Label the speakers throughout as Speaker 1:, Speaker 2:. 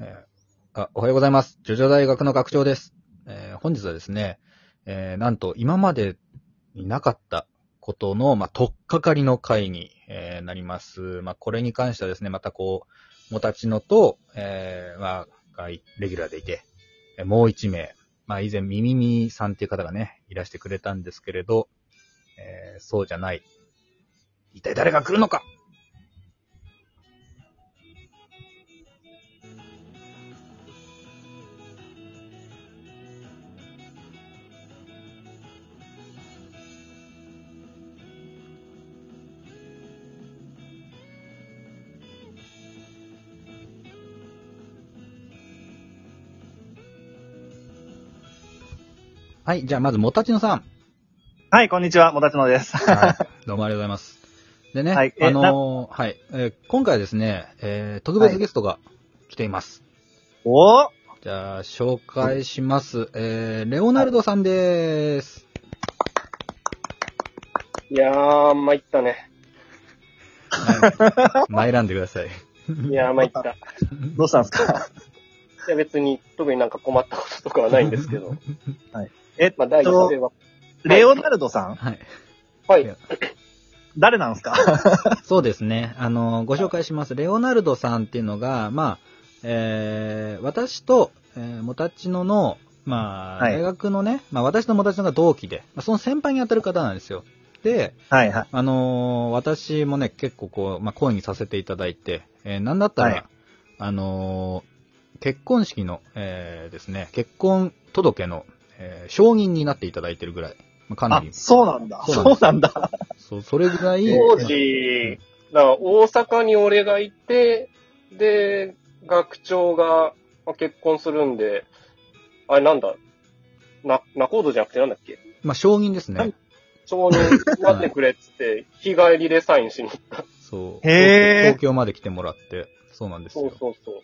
Speaker 1: えーあ、おはようございます。ジョジョ大学の学長です。えー本日はですね、えーなんと今までになかったことの、まあ、とっかかりの会に、えーなります。まあ、これに関してはですね、またこう、もたちのと、えーまあ、がいレギュラーでいて、えーもう一名、まあ、以前、ミミミさんっていう方がね、いらしてくれたんですけれど、えーそうじゃない。一体誰が来るのかはい、じゃあまず、もたちのさん。
Speaker 2: はい、こんにちは、もたちの です。
Speaker 1: はい。どうもありがとうございます。でね、
Speaker 2: はいえ
Speaker 1: あのーはい、えー今回はですね、えー特別ゲストが来ています。
Speaker 2: おー
Speaker 1: じゃあ、紹介します。えー、レオナルドさんです。
Speaker 3: いやー、参ったね。
Speaker 1: はい。参らんでください。
Speaker 3: いやー、参った。い
Speaker 2: どうしたんですか
Speaker 3: や、別に、特になんか困ったこととかはないんですけ ど。
Speaker 2: えっ
Speaker 3: まあ、第一
Speaker 2: と
Speaker 3: 声、は。
Speaker 2: レオナルドさん
Speaker 1: はい。
Speaker 3: はい。
Speaker 2: 誰なんで すか
Speaker 1: そうですね。あのーご紹介します。レオナルドさんっていうのが、まあ、えー私と、えー、もたちのの、まあ、
Speaker 2: はい
Speaker 1: 大学のね、まあ、私ともたちのが同期で、まあその先輩に当たる方なんですよ。で、
Speaker 2: はいはい。
Speaker 1: あのー私もね、結構こう、まあ、講義させていただいて、えーなんだったら、
Speaker 2: はい
Speaker 1: あのー結婚式の、えーですね、結婚届の、えー証人になっていただいてるぐらい、まあ、かな
Speaker 2: あ
Speaker 1: り、、
Speaker 2: そうなんだ。
Speaker 1: そうなんだ
Speaker 2: そうなんだ。
Speaker 1: そそれぐらい、
Speaker 3: 当時、だから大阪に俺がいて、で、学長がまあ結婚するんで、あれなんだ、な、仲人じゃなくてなんだっけ
Speaker 1: まあ、証人ですね。
Speaker 3: 町人待ってくれっつ って、日帰りでサインしに行った。
Speaker 1: そう。
Speaker 2: へー
Speaker 1: 東京まで来てもらって、そうなんです
Speaker 3: そ
Speaker 1: よ
Speaker 3: う。そうそう。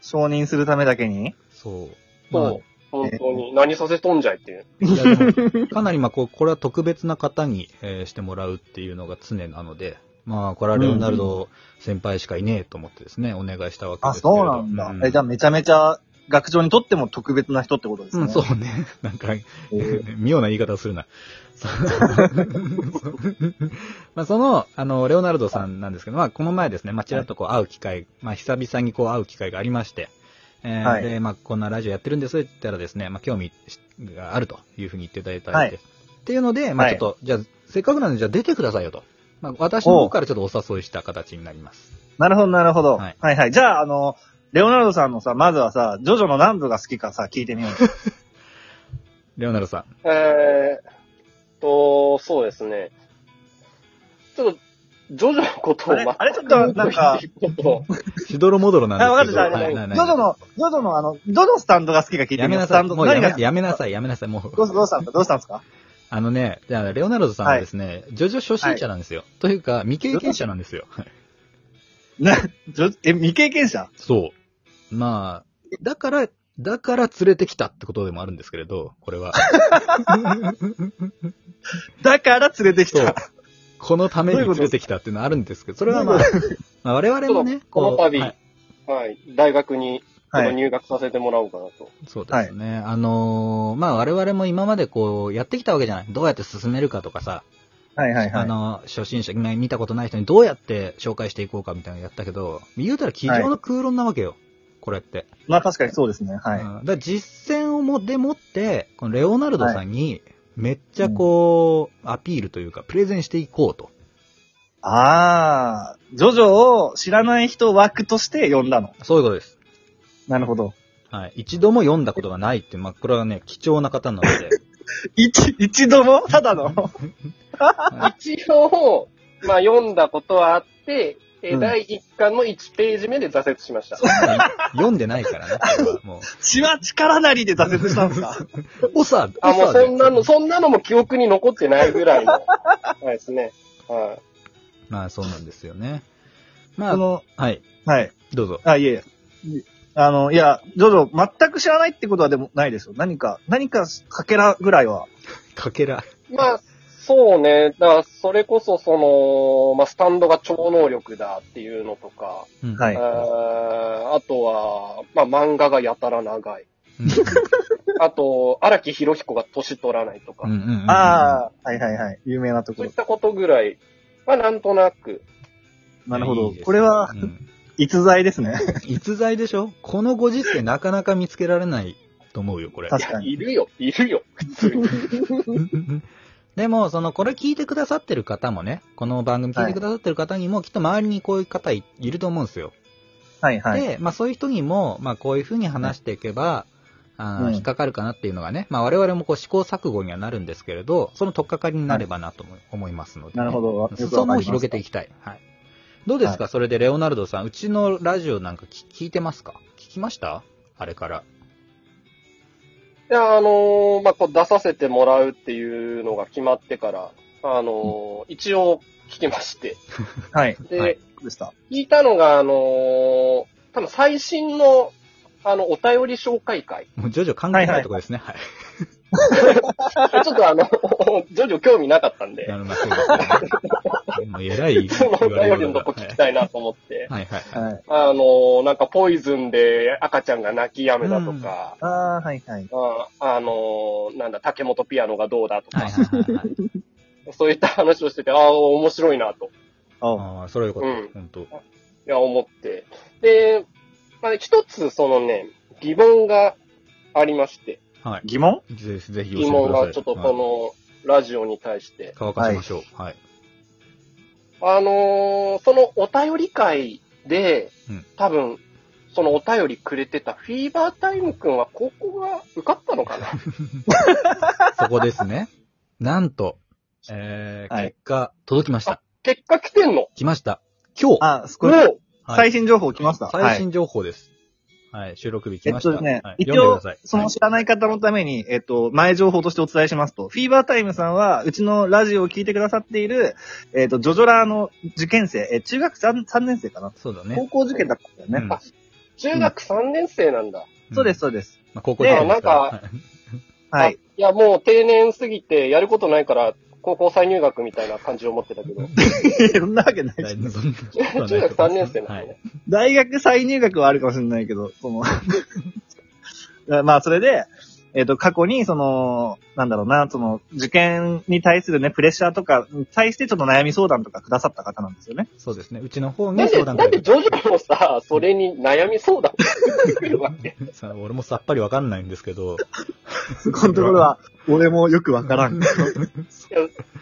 Speaker 2: 承認するためだけに
Speaker 1: そう。まあ
Speaker 3: そう。本当に、何させとんじゃいっていう。
Speaker 1: いやで もかなり、まあ、こう、これは特別な方に、えーしてもらうっていうのが常なので、まあ、これはレオナルド先輩しかいねえと思ってですね、お願いしたわけで
Speaker 2: あ、
Speaker 1: すけれど。
Speaker 2: そうなんだ。え、
Speaker 1: え、
Speaker 2: じゃあめちゃめちゃ学長にとっても特別な人ってことです
Speaker 1: う
Speaker 2: ね。
Speaker 1: ん、そうね。なんか、
Speaker 2: え ー。
Speaker 1: 妙な言い方をするな。そうまあその、あの、レオナルドさんなんですけど、まあこの前ですね、まあちらっとこう会う機会、まあ久々にこう会う機会がありまして、えー
Speaker 2: はい
Speaker 1: で、まあこんなラジオやってるんですって言ったらですね、まあ興味があるというふうに言っていただいたんで、
Speaker 2: はい
Speaker 1: っていうので、まあちょっと、じゃあせっかくなんでじゃあ出てくださいよと。まあ私の方からちょっとお誘いした形になります。
Speaker 2: なるほど、なるほど。
Speaker 1: は
Speaker 2: はいいはい。じゃあ、あの、レオナルドさんのさ、まずはさ、ジョジョの何部が好きかさ、聞いてみよう。
Speaker 1: レオナルドさん。
Speaker 3: えーっと、そうですね。ちょっと、ジョジョのことを
Speaker 2: あれあれちょっとなん か
Speaker 3: 全く言っていこと
Speaker 1: しどろもどろなん
Speaker 2: あ、わかっ
Speaker 1: で
Speaker 2: た、
Speaker 1: す
Speaker 2: じ
Speaker 1: けど。
Speaker 2: ゃあ、
Speaker 1: はいない
Speaker 2: ジョ
Speaker 1: な
Speaker 2: ジ
Speaker 1: い
Speaker 2: ョの、ジョジョのあの、どのスタンドが好きか聞いて
Speaker 1: やめ
Speaker 2: みよう。
Speaker 1: な
Speaker 2: スタ
Speaker 1: さい。
Speaker 2: ンド、
Speaker 1: もうや
Speaker 2: 何が
Speaker 1: め
Speaker 2: 好き
Speaker 1: やめなさい。やめなさい。もう。
Speaker 2: どうどうしたんですかどうしたんで すか
Speaker 1: あのね、じゃあ、レオナルドさんはですね、ジョジョ初心者なんですよ。というか、未経験者なんですよ。
Speaker 2: ね、ジョえ、未経験者
Speaker 1: そう。まあ、だから、だから連れてきたってことでもあるんですけれど、これ は。
Speaker 2: だから連れてき
Speaker 1: そう
Speaker 2: た。。
Speaker 1: このために連れてきたっていうのはあるんですけど、それはまあ、まあ我々もね、
Speaker 3: この度
Speaker 1: はい
Speaker 3: はい。大学にちょっ
Speaker 2: は
Speaker 3: と
Speaker 2: い。
Speaker 3: 入学させてもらおうかなと。
Speaker 1: そうですね。あのーまあ我々も今までこう、やってきたわけじゃない。どうやって進めるかとかさ、
Speaker 2: はいはいは
Speaker 1: あ
Speaker 2: い。
Speaker 1: の、初心者、今見たことない人にどうやって紹介していこうかみたいなのやったけど、言うたら机上の空論なわけよ。これって。
Speaker 2: まあ確かにそうですね。はい。
Speaker 1: うんだから実践をもでもって、このレオナルドさんに、めっちゃこう、アピールというか、プレゼンしていこうと。
Speaker 2: ああ、ジョジョを知らない人枠として呼んだの。
Speaker 1: そういうことです。
Speaker 2: なるほど。
Speaker 1: はい。一度も読んだことがないって、まあ、これはね、貴重な方なので。
Speaker 2: 一、一度もただの
Speaker 3: 一応、まあ読んだことはあって、え
Speaker 2: うん
Speaker 3: 第1巻の1ページ目で挫折しました。
Speaker 1: 読んでないからね、これはもう。
Speaker 2: 血は力なりで挫折したんです か
Speaker 1: おさ、お
Speaker 3: あ、もう
Speaker 1: さで
Speaker 3: そんなの、そんなのも記憶に残ってないぐらいの、はいですね。は
Speaker 1: まあ、そうなんですよね。ま
Speaker 2: そ
Speaker 1: あ、
Speaker 2: の、
Speaker 1: はい。
Speaker 2: はい。
Speaker 1: どうぞ。
Speaker 2: あ、いえいえ。あの、いや、ジョジョ全く知らないってことはでもないですよ。何か、何かかけらぐらいは。
Speaker 1: かけら。
Speaker 3: い。まあ、そうね。だから、それこそ、その、まあ、スタンドが超能力だっていうのとか、
Speaker 1: うん
Speaker 2: はい
Speaker 3: あーあとは、まあ漫画がやたら長い。あと、荒木博彦が年取らないとか、
Speaker 1: うんうんうんうん
Speaker 2: ああ、はいはいはい。有名なとこ
Speaker 3: そういっ
Speaker 2: ろ。
Speaker 3: たことぐらいはなんとなく、
Speaker 2: なるほど。
Speaker 1: いいですね
Speaker 2: これは
Speaker 1: う、ん
Speaker 2: 逸材ですね。
Speaker 1: 逸材でしょこのご時世なかなか見つけられないと思うよ、これ。
Speaker 2: 確
Speaker 3: い
Speaker 2: か
Speaker 3: や、
Speaker 2: に。
Speaker 3: いるよ、いるよ、普通に。
Speaker 1: でも、その、これ聞いてくださってる方もね、この番組聞いてくださってる方にも、きっと周りにこういう方いいると思うんですよ。
Speaker 2: はいはい。
Speaker 1: で、まあそういう人にも、まあこういうふうに話していけば、あー
Speaker 2: うん
Speaker 1: 引っかかるかなっていうのがね、まあ我々もこう試行錯誤にはなるんですけれど、その取っかかりになればなと思い思いますので、
Speaker 2: なるほど。よくわかりました
Speaker 1: 裾野を広げていきたい。はい。どうですか、それでレオナルドさん、うちのラジオなんか聞聞いてますか聞きましたあれから。
Speaker 3: いや、あのーまあ、こう出させてもらうっていうのが決まってから、あのー一応聞きまして。
Speaker 2: はい。
Speaker 3: で、
Speaker 1: はい
Speaker 2: どうでした。
Speaker 3: 聞いたのが、あのー多分最新の、あの、お便り紹介 会。
Speaker 1: もう徐々考えないとこですね。はい。
Speaker 3: ちょっとあの、 徐々興味なかったんで、
Speaker 1: なるほどそうですね。もう偉い
Speaker 3: そのお
Speaker 1: 言われ
Speaker 3: 便り
Speaker 1: よう
Speaker 3: の
Speaker 1: だ
Speaker 3: とこ聞きたいなと思って。
Speaker 1: はいはいはい。
Speaker 2: はい。
Speaker 3: あのーなんかポイズンで赤ちゃんが泣き止めだとか、
Speaker 2: ああ、はいはい。
Speaker 3: ああのーなんだ、竹本ピアノがどうだとか、
Speaker 1: はいはいはいはい。
Speaker 3: そういった話をしてて、ああ、面白いなと。
Speaker 2: あ
Speaker 1: ああ、それはよかった。
Speaker 3: うん
Speaker 1: 本当。
Speaker 3: いや、思って。で、まあ、一つ、そのね、疑問がありまして、
Speaker 1: はい。
Speaker 2: 疑問
Speaker 1: ぜひ、ぜひ教えてくださ
Speaker 3: 疑
Speaker 1: い。
Speaker 3: 問がちょっとこのラジオに対して。
Speaker 1: 乾かしましょう。はい。
Speaker 3: あのーそのお便り会で
Speaker 1: うん、
Speaker 3: 多分、そのお便りくれてたフィーバータイムくんは高校が受かったのか な
Speaker 1: そこですね。なんと、えー、
Speaker 2: はい
Speaker 1: 結果、届きました。
Speaker 3: 結果来てんの
Speaker 1: 来ました。今日、
Speaker 2: あ、
Speaker 3: も
Speaker 2: 少し、
Speaker 3: う
Speaker 1: はい
Speaker 2: 最新情報来ました。
Speaker 1: 最
Speaker 2: はい。
Speaker 1: 新情報です。はい、収録日来
Speaker 2: え
Speaker 1: ま
Speaker 2: っ
Speaker 1: した。
Speaker 2: とね
Speaker 1: はい、、
Speaker 2: 一
Speaker 1: 読んで
Speaker 2: 応
Speaker 1: ください。、
Speaker 2: その知らない方のために、えっと、前情報としてお伝えしますと、フィーバータイムさんは、うちのラジオを聞いてくださっている、えっと、ジョジョラーの受験生、え、中学 3, 3年生かな
Speaker 1: そうだ
Speaker 2: 高
Speaker 1: ね。
Speaker 2: 校受験だったんだよね。
Speaker 1: うん
Speaker 3: あ中学3年生なんだ。
Speaker 1: ん
Speaker 2: そうです、。そうです。
Speaker 1: まあ、高校受験ですからは
Speaker 3: でなん
Speaker 1: い
Speaker 2: は
Speaker 3: あ
Speaker 2: い
Speaker 3: い。や、もう定年過ぎてやることないから、高校再入学みたいな感じを持ってた けど、
Speaker 2: そんなわけない
Speaker 1: 大
Speaker 2: し。
Speaker 1: 丈 夫 そんなことはないと思います
Speaker 3: 中学3年生なん
Speaker 1: は
Speaker 3: だ
Speaker 1: い
Speaker 3: ね。
Speaker 2: 大学再入学はあるかもしれないけど、その、 まあ、それで、えっ、と、過去に、その、なんだろうな、その、受験に対するね、プレッシャーとかに対してちょっと悩み相談とかくださった方なんですよね。
Speaker 1: そうですね。うちの方
Speaker 3: な
Speaker 1: に
Speaker 3: んで、
Speaker 1: 相談
Speaker 3: なんでジョジョもさ、それに悩みそうだ来 るわけ。
Speaker 1: さあ俺もさっぱりわかんないんですけど。
Speaker 2: そ このところ は、俺もよくわからん。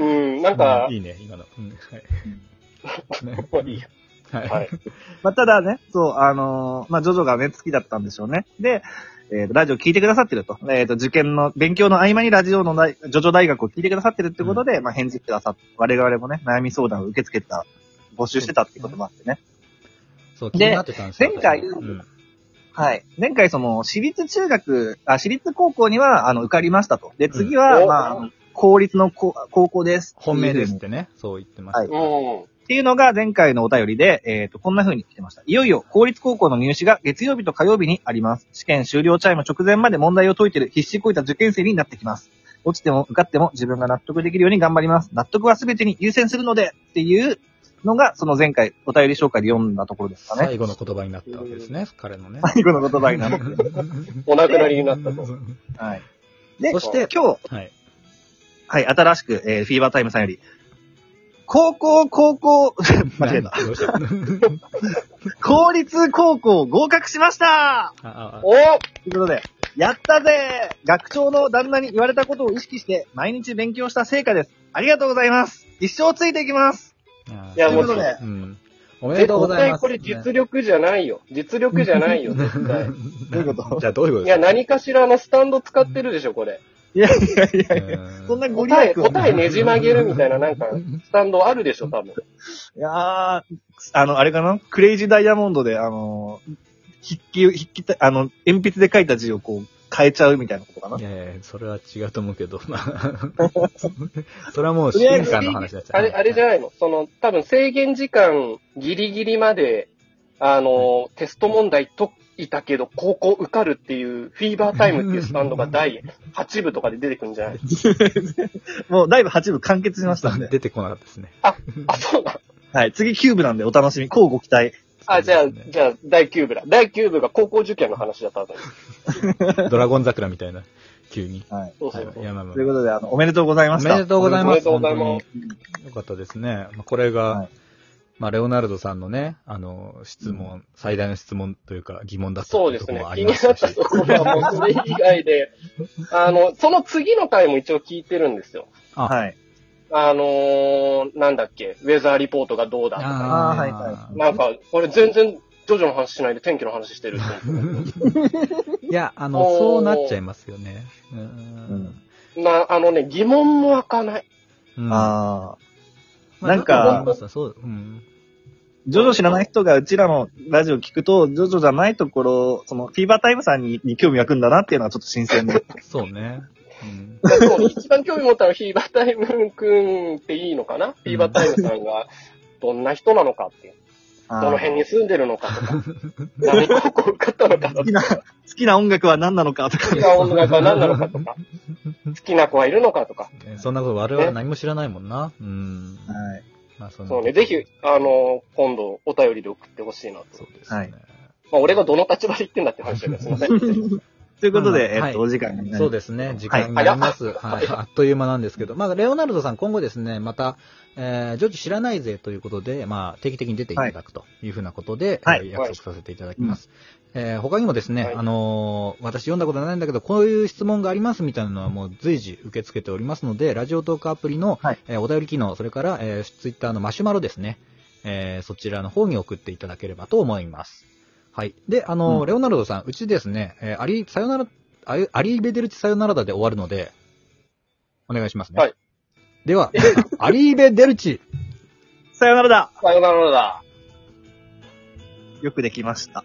Speaker 3: うん、なんか
Speaker 1: う、いいね、今の。うんはい。ね
Speaker 3: まあいいや。
Speaker 1: はい
Speaker 3: はい。
Speaker 2: まあ、ただね、そう、あのーまあ、ジョジョがね、好きだったんでしょうね。で、えっ、と、ラジオ聞いてくださってると。えっ、と、受験の、勉強の合間にラジオのなジョジョ大学を聞いてくださってるってことで、まあ、返事くださっ我々もね、悩み相談を受け付けた、募集してたってこともあってね。
Speaker 1: そう、気になってたんですよ。
Speaker 2: 前回
Speaker 1: うん
Speaker 2: はい。前回、その、私立中学、あ、私立高校には、あの、受かりましたと。で、次は、
Speaker 3: うん
Speaker 2: まあ、公立の高高校です。
Speaker 1: 本命ですってね、そう言ってました。
Speaker 3: うん。
Speaker 2: っていうのが前回のお便りで、えっ、と、こんな風に来てました。いよいよ、公立高校の入試が月曜日と火曜日にあります。試験終了チャイム直前まで問題を解いてる必死こいた受験生になってきます。落ちても受かっても自分が納得できるように頑張ります。納得は全てに優先するのでっていうのが、その前回お便り紹介で読んだところですかね。
Speaker 1: 最後の言葉になったわけですね、彼のね。
Speaker 2: 最後の言葉になる。
Speaker 3: お亡くなりになったと。
Speaker 2: はい。で
Speaker 1: そ、して、
Speaker 2: 今日、
Speaker 1: はい。
Speaker 2: はい、新しく、えーフィーバータイムさんより、高校、高校、 間違えた。
Speaker 1: 何。どうした
Speaker 2: 公立高校合格しました
Speaker 1: ああ
Speaker 3: お
Speaker 2: ということで、やったぜ学長の旦那に言われたことを意識して、毎日勉強した成果です。ありがとうございます一生ついていきます
Speaker 1: あ
Speaker 3: いや
Speaker 2: もう
Speaker 1: ということでうんおめで
Speaker 3: 絶
Speaker 1: とうございま
Speaker 3: 対
Speaker 1: す。
Speaker 3: これ実力じゃないよ。実力じゃな いよ、絶対。
Speaker 1: ど
Speaker 2: ういうこと
Speaker 1: じゃあどういうことで
Speaker 3: い
Speaker 1: す
Speaker 3: や、
Speaker 1: か
Speaker 3: 何かしらのスタンド使ってるでしょ、これ。
Speaker 2: いやいやいやいや、
Speaker 1: うん
Speaker 2: そんなご利
Speaker 3: 答え、
Speaker 2: 益は
Speaker 3: 答えねじ曲げるみたいな、なんか、スタンドあるでしょ、多分。
Speaker 2: いやー、あの、あれかなクレイジーダイヤモンドで、あのー、筆記、筆記た、あの、鉛筆で書いた字をこう、変えちゃうみたいなことかない
Speaker 1: やいや、それは違うと思うけ ど、まあそれはもう試験官の話だっちゃ
Speaker 3: あれ、あれじゃないのその、多分制限時間ギリギリまで、あの、テスト問題解いたけど、高校受かるっていう、フィーバータイムっていうスタンドが第8部とかで出てくるん じゃない
Speaker 2: もう、だいぶ8部完結しましたんで。
Speaker 1: 出てこなかったですね。
Speaker 3: あ、そうだ。
Speaker 2: はい、次9部なんでお楽しみ、交互期待。
Speaker 3: あ、じゃあ、
Speaker 1: そうですね
Speaker 3: じゃあ、第9部だ。第9部が高校受験の話だったのに。
Speaker 1: ドラゴン桜みたいな、急に。
Speaker 2: はい。
Speaker 3: そうそ
Speaker 1: は
Speaker 3: う
Speaker 1: い、いやまあまあ
Speaker 2: ということで、あの、おめでとうございま
Speaker 1: お
Speaker 2: し
Speaker 1: め
Speaker 2: た。
Speaker 1: でとうござい
Speaker 3: お
Speaker 1: ま。
Speaker 3: めですとう
Speaker 1: 本
Speaker 3: ござい
Speaker 1: 当
Speaker 3: ま
Speaker 1: に
Speaker 3: す。
Speaker 1: よかったですね。まあ、これが、
Speaker 2: はい
Speaker 1: まあ、レオナルドさんのね、あの、質問、最大の質問というか疑問だったと
Speaker 3: そう
Speaker 1: い
Speaker 3: で
Speaker 1: とこ
Speaker 3: す
Speaker 1: ろ
Speaker 3: ね
Speaker 1: も。あ
Speaker 3: 気
Speaker 1: り
Speaker 3: にな
Speaker 1: ま
Speaker 3: っ
Speaker 1: したし。
Speaker 3: た ところはもうそれ以外で、あの、その次の回も一応聞いてるんですよ。
Speaker 1: あ
Speaker 2: はい。
Speaker 3: あのー、なんだっけ、ウェザーリポートがどうだとか。
Speaker 2: あー
Speaker 1: ー
Speaker 2: はいは
Speaker 3: なんか、俺全然、ジョジョの話しないで天気の話してるって思っ
Speaker 1: いや、あの、
Speaker 3: おー
Speaker 1: そうなっちゃいますよね。うーん。
Speaker 3: て。な、あのね、疑問も湧かない。
Speaker 1: うん
Speaker 2: ああ。
Speaker 1: まあ
Speaker 2: なんか
Speaker 1: 思いましたそう、うん。
Speaker 2: ジョジョ知らない人がうちらのラジオ聞くと、ジョジョじゃないところ、その、フィーバータイムさんにに興味湧くんだなっていうのはちょっと新鮮で。
Speaker 1: そうね。うん。
Speaker 3: でも一番興味持ったのはヒーバータイムくんっていいのかな、ヒーバータイムさんがどんな人なのかっていう。
Speaker 2: ど
Speaker 3: どの辺に住んでるのかとか。何をこう受かったのかと
Speaker 2: 好
Speaker 3: か
Speaker 2: き。な、好きな音楽は何なのかとか
Speaker 3: 好き。な音楽は何なのかとか。好きな子はいるのかとか。
Speaker 1: ねそんなこと我々は何も知らないもんな。うん。
Speaker 2: はい。
Speaker 1: まあ、そんな
Speaker 3: そうね、ぜひ、あの、今度お便りで送ってほしいなと。
Speaker 1: そうですね。
Speaker 2: はい
Speaker 3: まあ、俺がどの立場で言ってんだって話だけど、すいません。
Speaker 2: ということで、
Speaker 1: うん
Speaker 2: えっと、
Speaker 1: はい
Speaker 2: お時間になりました
Speaker 1: そうですね、時間になります。はい、あっという間なんですけど、まあ、レオナルドさん、今後ですね、また、えー、ジョージ知らないぜということで、まあ、定期的に出ていただくというふうなことで、
Speaker 2: はい
Speaker 1: えー約束させていただきます。えー他にもですね、
Speaker 3: はい
Speaker 1: あのー私読んだことないんだけど、こういう質問がありますみたいなのはもう随時受け付けておりますので、ラジオトークアプリの、
Speaker 2: はい
Speaker 1: えーお便り機能、それから、えー、ツイッターのマシュマロですね、えーそちらの方に送っていただければと思います。はい。で、あのー
Speaker 2: うん
Speaker 1: レオナルドさん、うちですね、えーアリ、さよならあアリーベデルチさよならだで終わるので、お願いしますね。
Speaker 3: はい。
Speaker 1: では、 皆さんアリーベデルチ
Speaker 2: さよならだ
Speaker 3: さよならだ。
Speaker 2: よくできました。